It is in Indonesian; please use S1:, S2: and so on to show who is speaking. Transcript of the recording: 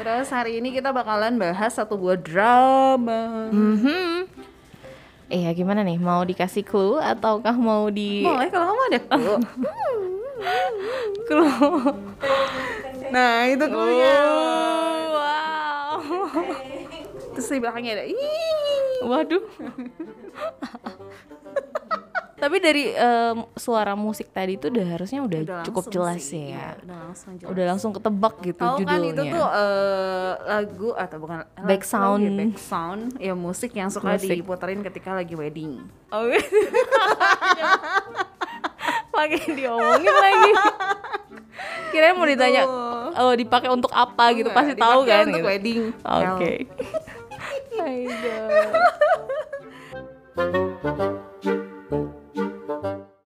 S1: Terus hari ini kita bakalan bahas satu buah drama.
S2: Mhm. Iya gimana nih? Mau dikasih clue ataukah mau di
S1: Boleh kalau kamu ada clue.
S2: clue?
S1: nah itu clue-nya.
S2: wow.
S1: Oh. Terus di belakangnya ada. "Ih."
S2: Waduh. Tapi dari em, suara musik tadi itu udah harusnya udah,
S1: Udah
S2: cukup
S1: langsung
S2: jelas
S1: sih, iya,
S2: ya.
S1: Udah langsung jelas.
S2: Udah langsung ketebak gitu
S1: Tahu kan
S2: judulnya.
S1: itu tuh eh, lagu atau bukan lagu
S2: Back
S1: lagi, ya,
S2: sound.
S1: back sound ya musik yang suka
S2: Musik.
S1: diputerin ketika lagi wedding.
S2: Oh, pakai diomongin lagi. Kirain mau ditanya oh, dipakai untuk apa gitu,
S1: Enggak,
S2: pasti tahu
S1: dipakai
S2: kan.
S1: Untuk
S2: gitu.
S1: wedding.
S2: Oke. My God.